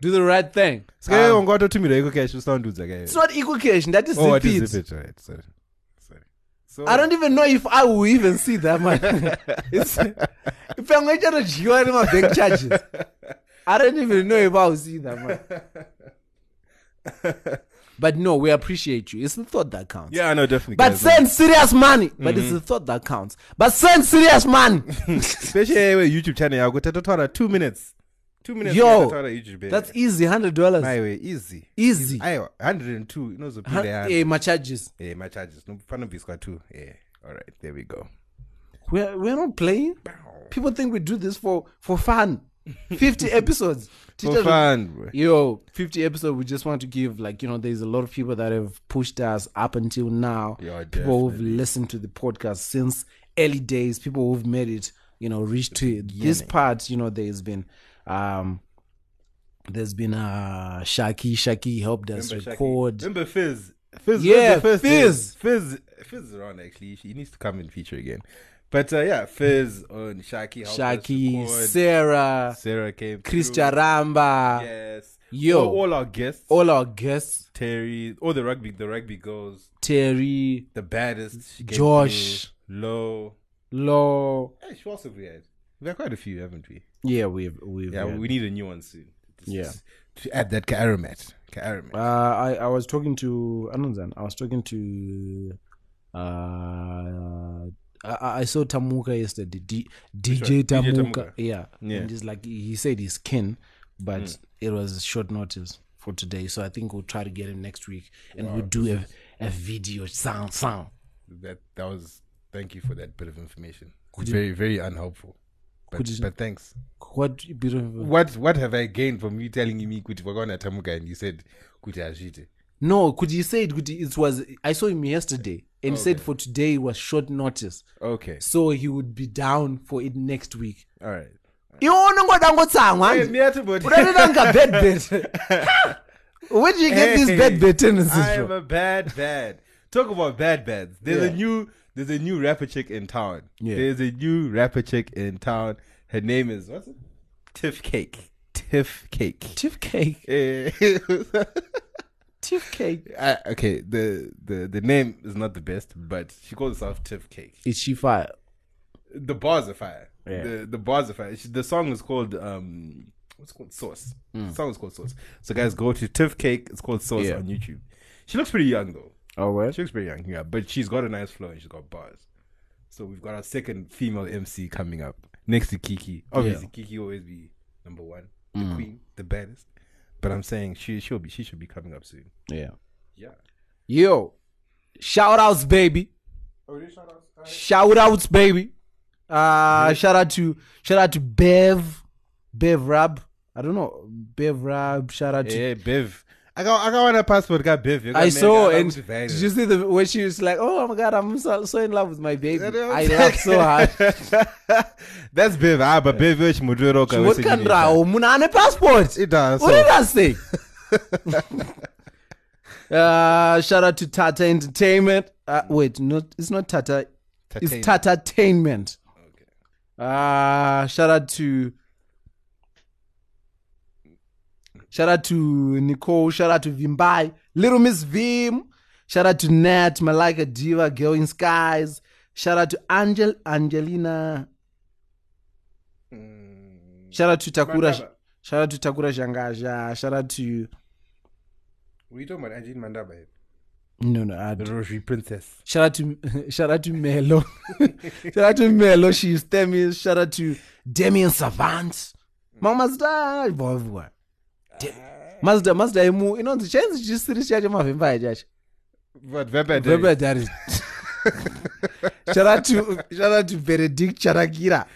Do the right thing.
Sky on God to me the cash sound dudes again.
It's not equal cash. That is
Oh,
oh,
what is
repeat.
zip it? Right. Sorry. Sorry. So
I don't even know if I will even see that money. <laughs> It's- if I'm going to join my bank charges, I don't even know if I will see that money.
<laughs>
But no, we appreciate you. It's the thought that counts.
Yeah, Mm-hmm. I know definitely.
But
guys.
send serious money. But it's the thought that counts. But send serious
<laughs>
money.
especially anyway, YouTube channel. I go to two minutes. Two minutes.
Yo,
to YouTube. baby.
That's easy, hundred dollars.
my way easy.
Easy.
Aiwa, 102 inozopinda yeanhu.
Hey, my charges.
Eh, my charges panobviswa two eh all right there we go
We're we're not playing. People think we do this for for fun.
<laughs>
Fifty episodes.
for
Teachers-
fun bro.
Yo, 50 episode. We just want to give like you know, there's a lot of people that have pushed us up until now.
Yeah,
people who've listened to the podcast since early days. People who've made it, you know, reach to it. this part. You know, there's been, um, there's been uh Shaki. Shaki helped us
Remember Shaki?
record.
remember fizz fizz
Yeah,
yeah fizz
Fizz.
fizz fizz fizz is around actually he needs to come and feature again but uh, yeah fizz on shaki helped us
Shaki,
record.
Sarah,
sarah came through.
Chris Charamba,
yes
Yo.
all, all our guests
all our guests,
terry all the rugby the rugby girls
Terry,
the baddest she came
Josh.
through. low
Law.
hey, who else have we had we had quite a few haven't we
Yeah, we've we've
yeah,
had-
we need a new one soon
Yeah.
to add that karamet karamet
Uh, I, I was talking to Anunzan. I was talking to. Uh, I, I saw Tamuka yesterday. D, DJ,
one?
Tamuka.
DJ Tamuka.
Yeah.
Yeah.
And he's like, he said he's kin, but it was short notice for today. So I think we'll try to get him next week and we'll do a, a video sound sound.
that that was thank you for that bit of information very very unhelpful but,
Could you-
but thanks
What beautiful.
what what have i gained from you telling me kuti wakona tamuka and you said kuti hazviite
No, could you say it? Could you- It was, I saw him yesterday and he said for today was short notice.
okay
So he would be down for it next week.
all right
iwe unongoda ngotsamwa hanzi. <laughs> udarira nga bedbet where do you get these bedbet tendencies
I am
from
a bad bad. Talk about bad bads. There's
Yeah.
a new there's a new rapper chick in town.
Yeah.
There's a new rapper chick in town. Her name is what's it? Tiff Cake. Tiff Cake.
tiff cake
Eh, <laughs>
tiff cake
I, okay, the, the the name is not the best, but she calls herself Tiff Cake.
is she fire
The bars are fire.
Yeah.
The the bars are fire. She, the song is called um what's it called Sauce. The song is called Sauce. So guys, go to Tiff Cake. It's called Sauce
Hmm. Yeah.
on YouTube. She looks pretty young though.
oh well
She looks pretty young, yeah, but she's got a nice flow and she's got bars. So we've got our second female MC coming up next to Kiki. Obviously, Kiki will always be number one, the
Mm.
queen, the baddest. But I'm saying she she'll be she should be coming up soon.
yeah
Yeah.
yo shout outs baby
Oh, did shout out?
shout outs baby uh shout out to shout out to bev bev rab i don't know bev rab shout out to
Yeah, Bev. I got I got one a passport got beef.
I saw and did you
<laughs>
see the when she was like, "Oh my god, I'm so, so in love with my baby." I laughed
<laughs>
so hard.
That's beef. Ah, but beef which muduro ka
What can Rao Munane passport?
It does.
What did I say? <laughs> uh, shout out to Tata Entertainment. Uh, wait, no, it's not Tata. It's Tata Tainment. Uh, shout out to Shout out to Nicole. Shout out to Vimbai. Little Miss Vim. Shout out to Nat, Malika Diva, Girl in Skies. Shout out to Angel Angelina. Shout out to Takura.
Mandaba.
Shout out to Takura Shangasha. Shout out to
We talking about Anjin Mandaba,
no no. I
the Rosary Princess.
shout out to <laughs> shout out to Melo. shout out to Melo. She's Temi. Shout out to Demian Savant. Mama's die. Bovwa. Mazda Mazda e imu inonzi chenzi chisiri chacho mavhemba chacho.
But Weber
Remember that is. <laughs> shout out to shout out to Benedict Charakira.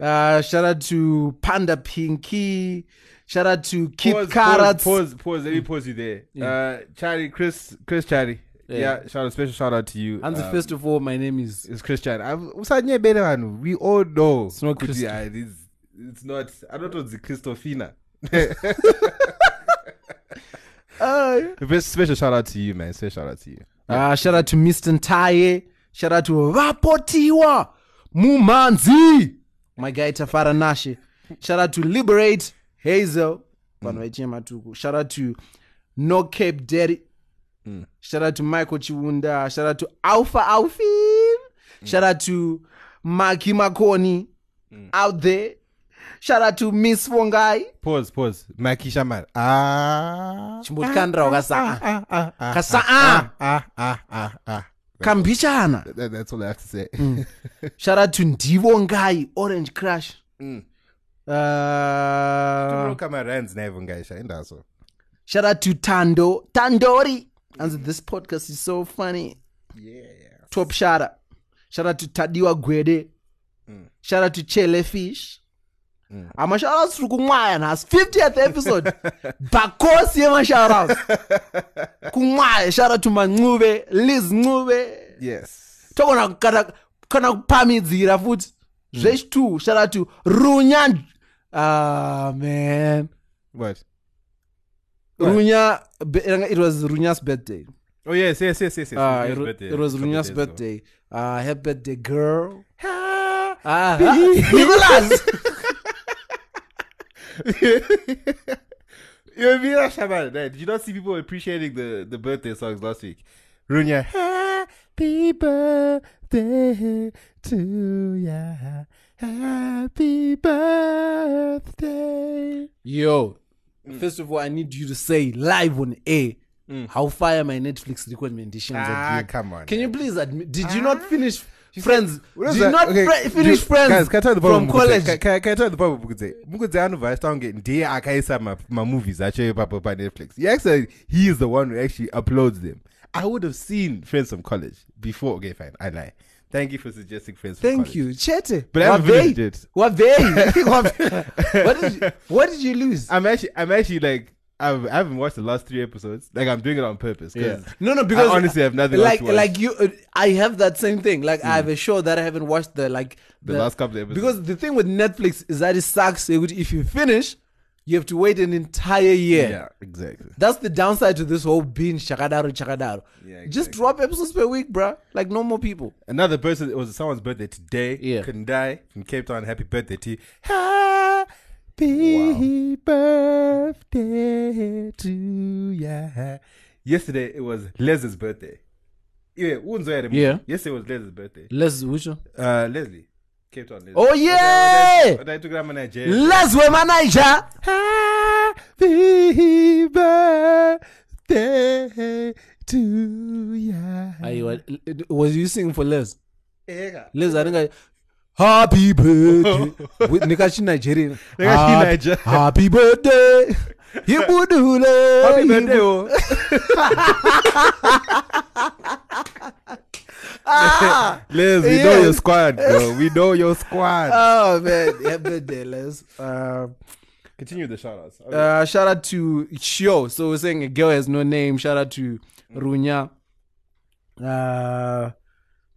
Uh, shout out to Panda Pinky. Shout out to Kip
pause,
Carrots.
Pause, pause, pause. Let me pause you there. Uh, Charlie, Chris, Chris, Charlie. Yeah. shout out, special shout out to you.
And the
Um,
first of all, my name is
It's Chris Charlie. I'm, usanye bene vanhu. we all know. It's
not Christi-
It's, it's not. I don't know. It's Christofina. Ah, First, special shout out to you, man. Special shout out to you.
Uh, shout out to Mr. Ntaye. Shout out to Vapotiwa Mumanzi. My guy Tafara Nashi. Shout out to Liberate Hazel. vanhu vaichinya matuku shout out to no cape derry shout out to michael chiwunda shout out to alpha alfin shout out to maki makoni out there shout out to miss fongai
Pause, pause. Mikey Shamar. Ah.
chimbotykandira wakasaa
Ah, ah, ah,
kasaa
ah, ah, ah, ah. Mm.
kambichana
That, that's all I have to say.
shout out to ndivongai orange crash uh,
Look at my rands, never guys. I ain't that so.
shout out to tando tandori and this podcast is so funny
Yeah.
top shara shout out to tadiwa gwede shout out to chele fish amashouts tiri kumwaya nhasi 50th episode bhakosi yemashouts kumwaya shout out to mancuve liz ncuve
Yes.
togona kana kana kupamidzira futi
Mm.
zvechituu shout out to runya ah man
What?
runya be- ranga- it was runya's birthday
Oh yes, yes, yes, yes. yes.
Ah, it
Runya's
wa-
birthday.
it was
Couple
runya's
days ago.
birthday Ah, happy birthday girl
Ah.
Ah,
<laughs>
Nicholas.
You know, me and Shaban, right? Did you not see people appreciating the, the birthday songs last week? Runya, happy birthday to ya. Happy birthday.
Yo, Mm. first of all, I need you to say live on air how fire my Netflix recommendations
Mm. Ah,
are doing.
come on. Ah.
Can you please admit? Did you not finish Friends?
What is
Did you
that?
not
Okay,
fri-
do-
finish Friends
guys, can I tell the problem
from college?
Can, can, can I tell the problem Mukudze? Mukudze anobva achitaunge ndiye akaisa ma- mamovies acho ipapo panetflix he actually he is the one who actually uploads them i would have seen friends from college before okay fine i lie thank you for suggesting friends from
Thank
college.
you, Chete.
But I haven't
Wavei.
finished it. <laughs>
Wavei. Wavei. what, did you, what did you lose?
i'm actually i'm actually like I've, i haven't watched the last three episodes like i'm doing it on purpose 'cause
No, no, because
I honestly have nothing else
Like,
to watch. Mm.
like you, uh, I have that same thing. Like, I have a show that I haven't watched the like
The last couple of episodes.
Because the thing with Netflix is that it sucks. It would- If you finish, you have to wait an entire year.
yeah exactly
That's the downside to this whole binge chakadaro chakadaro.
Yeah,
Just drop episodes per week, bruh. Like normal people.
another person it was someone's birthday today
Yeah.
couldn't die from cape town happy birthday to you happy birthday to ya yesterday it was les's birthday yeah, Unzo
Yeah.
yesterday was les's birthday
Let's which one?
uh leslie cape town leslie
Oh, yeah!
When I took her to Nigeria.
Let's wear my Niger.
Happy birthday to ya.
I was, was you singing for Les?
Yeah.
Les, I think I. Happy
<laughs>
birthday. With Nikashi Nigerian.
Nikashi
Hap-
Niger.
Happy
<laughs>
birthday. Hibudule.
Happy birthday, oh.
Ah!
<laughs>
<laughs>
Liz, we know
Yes.
your
Uh,
squad, bro. We know your squad.
Oh man, happy birthday, Les. Um,
Continue the shout outs.
Uh, shout out to Shio. So we're saying a girl has no name. Shout out to Runya. Uh,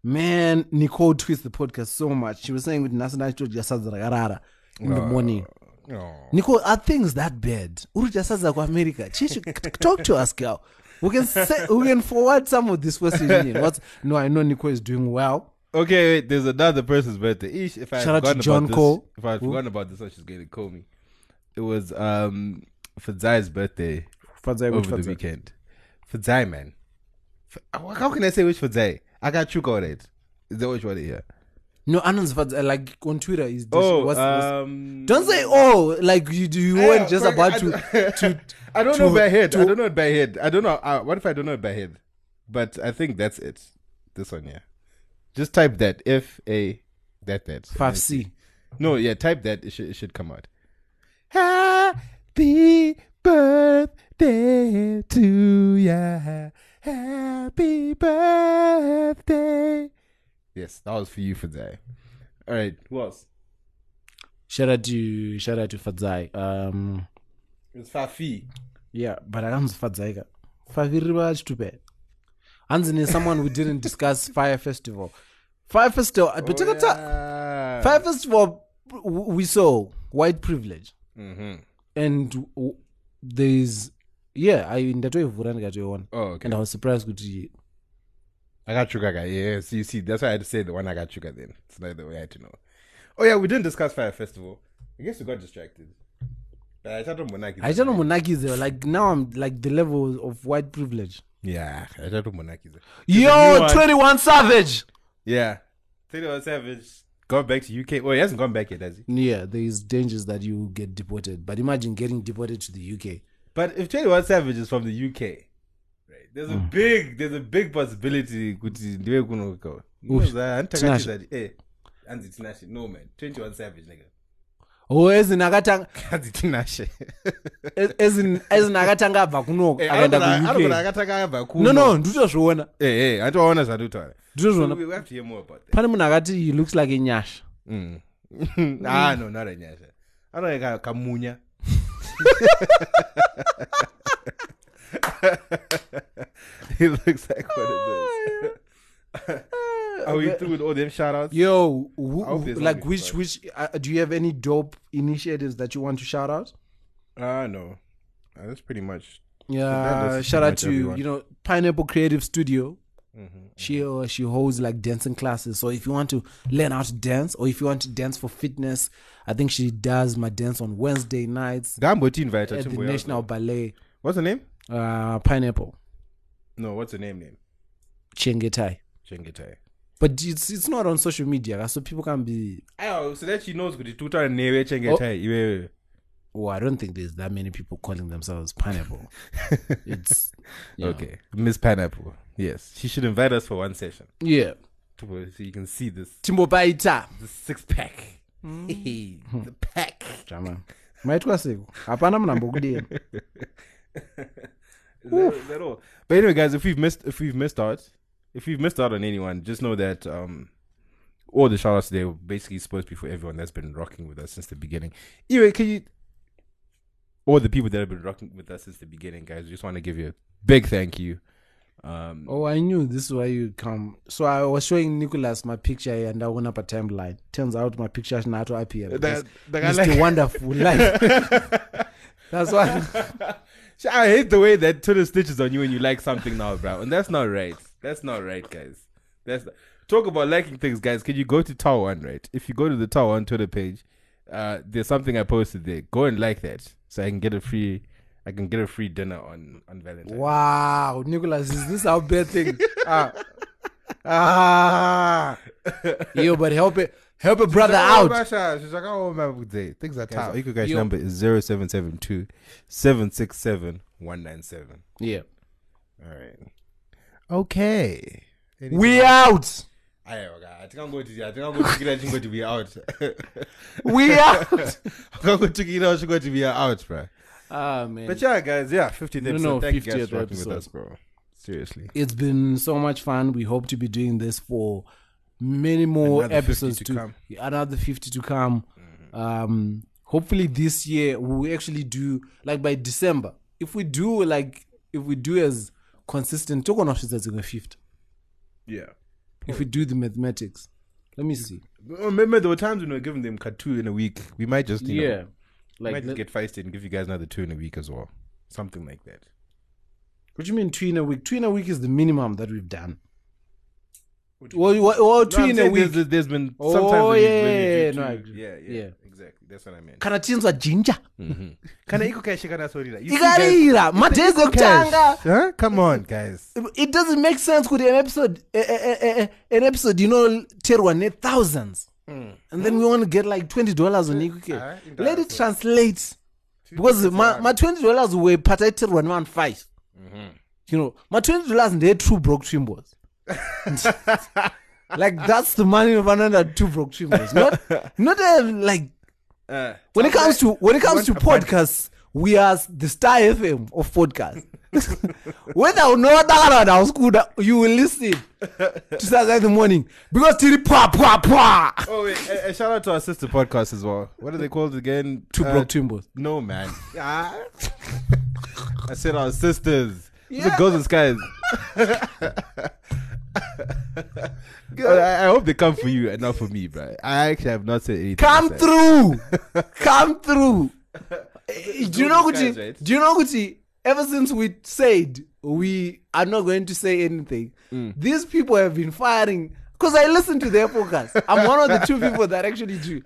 man, Nicole tweets the podcast so much. She was saying with Nasana Garara in the morning.
Oh.
Nicole, are things that bad? Urujasaza kwa America. She should <laughs> talk to us, girl. We can say, we can forward some of this Western
<laughs>
Union. What's, no, I know Nicole is doing well.
Okay, wait, there's another person's birthday. Ish, if I
Shout out
had
to
forgotten
John
about
Cole.
this, if I had forgotten about this, I should get to call me. It was um Fadzai's birthday
Fadzai, which
over the
Fadzai?
weekend. Fadzai, man. F- uh, How can I say which Fadzai? I got you called it. Is that which one here?
No, Anon's Fadzai, like on Twitter is this.
Oh,
what's- what's-
um,
don't say oh, like you do. You weren't just
correct,
about
I
to,
<laughs>
to.
I don't
to-
know by head. I
to-
don't know by head. I don't know. Uh, what if I don't know by head? But I think that's it. This one, yeah. Just type that F A that that
Five C.
No, yeah, type that. It should, it should come out. Happy birthday to ya. Happy birthday. Yes, that was for you for today. All right, who else?
Shout out to shout out to Fadzai. Um,
It's Fafi.
yeah, but Anon's Fadzai ka. Faviri vachitupe. Anzini is someone we didn't discuss <laughs> Fire Festival. Fire Festival, but take a ta-
Oh, yeah.
Fire Festival, w- we saw white privilege.
Mm-hmm.
and w- there's yeah I ndatoivhura ndikatoiona
Oh, okay.
and i was surprised kuti
I got sugar guy. Yes, you see, that's why I had to say the one I got sugar then. It's not the way I had to know. Oh yeah, we didn't discuss Fire Festival. I guess we got distracted. But I don't Monaki.
i don't know munakize like now i'm like the level of white privilege
Yeah, I don't Monaki. new
yo
one.
21 savage
Yeah. Taylor Savage gone back to UK. Well, he hasn't gone back yet, has he?
yeah there is dangers that you get deported but imagine getting deported to the uk
But if Taylor Savage is from the UK, right? There's a
Mm.
big, there's a big possibility. Kuti ndiwe kuno go.
Oops.
Antakatiza. Eh, anzi tinashe. No man, twenty one Savage nigga.
o ezin Oh, akatanga
<laughs> Anzi
<laughs>
Eh, tinashe.
e- ezin ezin akatanga abva kunoko
Eh,
akaenda ku
arobora-
uk
akatanga abva kuno.
no no nditozviona
Eh, eh, atoona zvati kutaura.
nditozviona
We we have to hear more about that.
pane munhu akati he looks like a nyasha
Mm. Ah, no, not a nyasha. Anoita ka- kamunya. <laughs> He looks like one of those. <laughs> Are we through Oh, with all them shout outs?
Yo, who,
hope there's
like
nothing
which which uh, do you have any dope initiatives that you want to shout out?
Ah, no. Ah, That's pretty much.
Yeah,
that is
shout
pretty
out
much
to
everyone. Mm-hmm,
you know Pineapple Creative Studio. She uh, she holds like dancing classes. So if you want to learn how to dance, or if you want to dance for fitness, I think she does my dance on Wednesday nights
Gamboti invite
at the National Ballet.
What's her name?
Uh, Pineapple
No, what's her name? Name
Chengetai,
Chengetai.
but it's it's not on social media, so people can be.
Oh, so that she knows kuti tutaura newe Chengetai iwewe.
Oh, I don't think there's that many people calling themselves
<laughs>
Pineapple. it's you know.
Okay, Miss Pineapple. Yes, she should invite us for one session
Yeah.
so you can see this
timbobaita
the six pack, Mm. the pack.
chama maitwa seko hapana munhu ambokudini
Is that, is that all? But anyway, guys, if we've missed if we've missed out, if we've missed out on anyone, just know that um, all the shout outs today were basically supposed to be for everyone that's been rocking with us since the beginning. Anyway, can you? All the people that have been rocking with us since the beginning, guys. We just want to give you a big thank you. Um,
oh i knew this is why you come so i was showing nicholas my picture here and ndaona pa timeline turns out my picture ashinato appear because it's the <laughs> wonderful life that's why <laughs>
Sh- I hate the way that Twitter stitches on you when you like something now, bro. And that's not right. That's not right, guys. That's not- talk about liking things, guys. Can you go to Tower One, right? If you go to the Tower One Twitter page, uh, there's something I posted there. Go and like that, so I can get a free, I can get a free dinner on on Valentine's.
wow nicholas is this our bad thing <laughs> ah.
<laughs>
ah yo but help it help a brother
Oh,
out
Things are tough. Eco guys
yo.
number is zero seven seven two seven six seven one nine seven.
yeah
All right. Okay.
we out
aiwa tingangotiya tingangotukira chingoti we out <laughs>
we out
akangotukira chingoti we are out bro
<laughs> ah man
but yeah guys yeah 50th
No,
episode
no,
thank you guys
50th
for rocking with
episode.
us bro seriously
it's been so much fun. We hope to be doing this for many more
Another 50
episodes
to
to,
come.
another 50 to come. Um, hopefully this year we will actually do like by December. If we do like if we do as consistent, talk on office that's going fifth.
Yeah.
If we do the mathematics, let me see.
Remember, there were times when we were giving them cut two in a week. We might just, you know,
yeah,
we
like
might just
let-
get feisty and give you guys another two in a week as well. Something like that.
what do you mean two in a week? Two in a week is the minimum that we've done. Well, you- well, well, two
No, I'm
in a
saying
week.
There's, there's been
Oh,
sometimes when you- when you do
yeah,
two-
no, I agree.
yeah, yeah,
Yeah.
exactly. That's what I meant.
Kanatinzwa ginger.
Kana iko cash kana sorira. You see guys-
ikarira madhezi
Iko cash.
ekutanga
Huh? Come on, guys.
it doesn't make sense kuti an episode eh, eh, eh, eh, an episode inoterwa ne-thousands eh, and then we want to get like 20 dollars on
Ah,
ikk
indawo
let it
so.
translate because ma- ma-20 dollars weipataiterwa nevanhu 5 you know ma-20 dollars ndee-two broke twimbos
<laughs>
like that's the money vananda two broke twimbos not, not uh, like
Uh,
when it comes to when it comes to
want a budget.
podcasts, we are the star FM of podcasts. <laughs> Whether or not that our school, you will listen to Saturday in the morning because tiri pa pa pa.
oh wait, a, a shout out to our sister podcast as well. What are they called again?
Two
Uh,
broke timbers.
No
<laughs>
man. Ah. I said our sisters. The
Yeah.
girls and skies. I, I hope they come for you and not for me, bro. I actually have not said anything.
Come
besides- <laughs>
through, come through. Eh, do you know
Those
Gucci?
guys, right?
Do you know Gucci? Ever since we said we are not going to say anything,
Mm.
these people have been firing. Because I listen to their podcast. I'm one of the two people that actually do.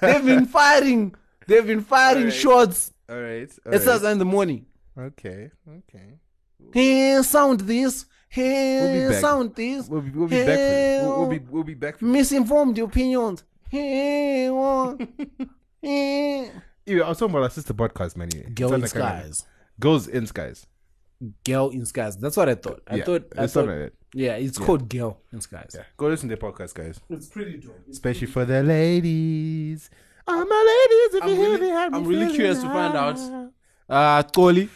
They've
<laughs>
been firing. They've been firing
Alright.
shots.
All right. all
It's
right.
us in the morning.
Okay. Okay.
Hey, sound this. Hey,
We'll be back.
sound this.
We'll be, we'll be back. For this. We'll, we'll
Hey,
be we'll be back. For
misinformed opinions. Hey,
<laughs>
oh. Hey.
Anyway, I was talking about our sister podcast, man. anyway.
Girl
Sounds
in
like I know.
skies.
Girls in skies.
Girl in Skies. That's what I thought. I
Yeah,
thought. I
it's not
thought
like that.
yeah, it's called Girl in Skies.
Yeah. Go listen to their podcast, guys.
It's pretty dope.
Especially for the ladies. All my ladies, if
I'm
you hear
really-
me, have me
I'm really
feeling
curious to find
<laughs>
out.
high.
Uh, Toli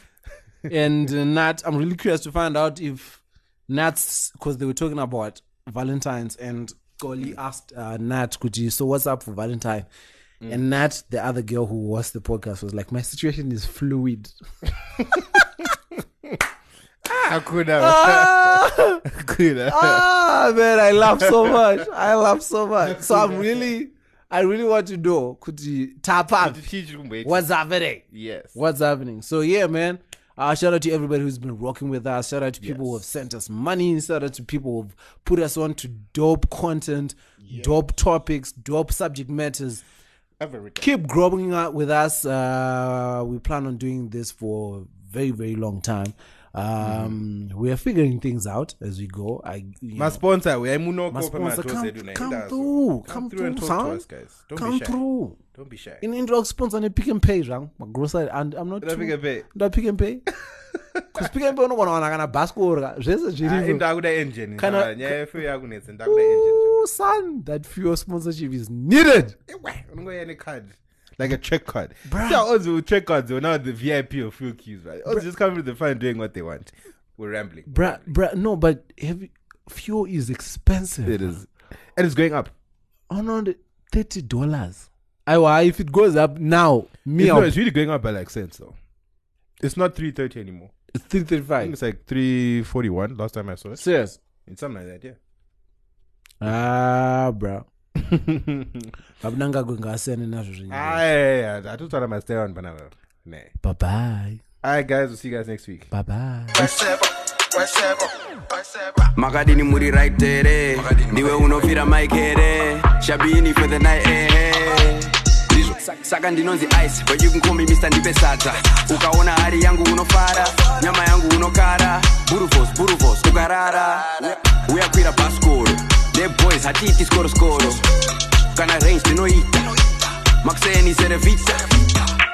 and uh, Nat. I'm really curious to find out if Nat's because they were talking about Valentine's and Toli asked uh, Nat, "Could you? So what's up for Valentine?" And Nat, the other girl who was the podcast, was like, "My situation is fluid." <laughs>
Hakuna. <laughs>
ah,
Hakuna.
ah, man, I laugh so much. I laugh so much. So I'm really, I really want to know. Could you tap up? What's happening?
Yes.
What's happening? So yeah, man. Uh, shout out to everybody who's been rocking with us. Shout out to people who have sent us money. Shout out to people who've put us on to dope content, dope topics, dope subject matters.
Everything.
Keep growing up with us. Uh, we plan on doing this for a very, very long time. Um, We are figuring things out as we go. I you
My
know,
sponsor, we are Muno
my sponsor, come,
come,
come through, come, through,
and talk
son.
to us, guys. Don't
come
be shy.
through.
Don't be shy.
In Indrox sponsor and pick and pay, right? My grocery, and I'm not.
Don't
too-
pick a bit.
nda pick and
<laughs>
pay because pick and pay unogonawana kana bhasikora zvese zvirivo
Ndakuda engine.
Kana-
Kana nyaya yefu yakunetsa ndakuda engine.
son that fuel sponsorship is needed
unongoya necard like a check card
Bruh.
see how odds with check cards are now the vip of few queues right odds just coming to the front doing what they want we're rambling
bruh bruh no but heavy fuel is expensive
it is and it's going up
around 30 dollars aiwa if it goes up now me
it's, no,
I'll-
it's really going up by like cents though it's not 330 anymore
it's
i think
335
it's like 341 last time i saw it
serious
it's something like that yeah
ah bruh abunangagwe ngaasiyane nazvo
Ah,
zvenyaya
i i just thought i must stay on banana nah.
bye
all right guys we'll see you guys next week
bye bye
makadini muri right ere ndiwe unofira mike ere shabini for the night ehe ndizvo Sa- saka ndinonzi ice but you can call me mr ndipe sadza ukaona hari yangu unofara nyama yangu unokara buruvos buruvos ukarara uyakwira bhasikoro neboys hatiiti skoroskoro kana range ndinoita makuseni serevita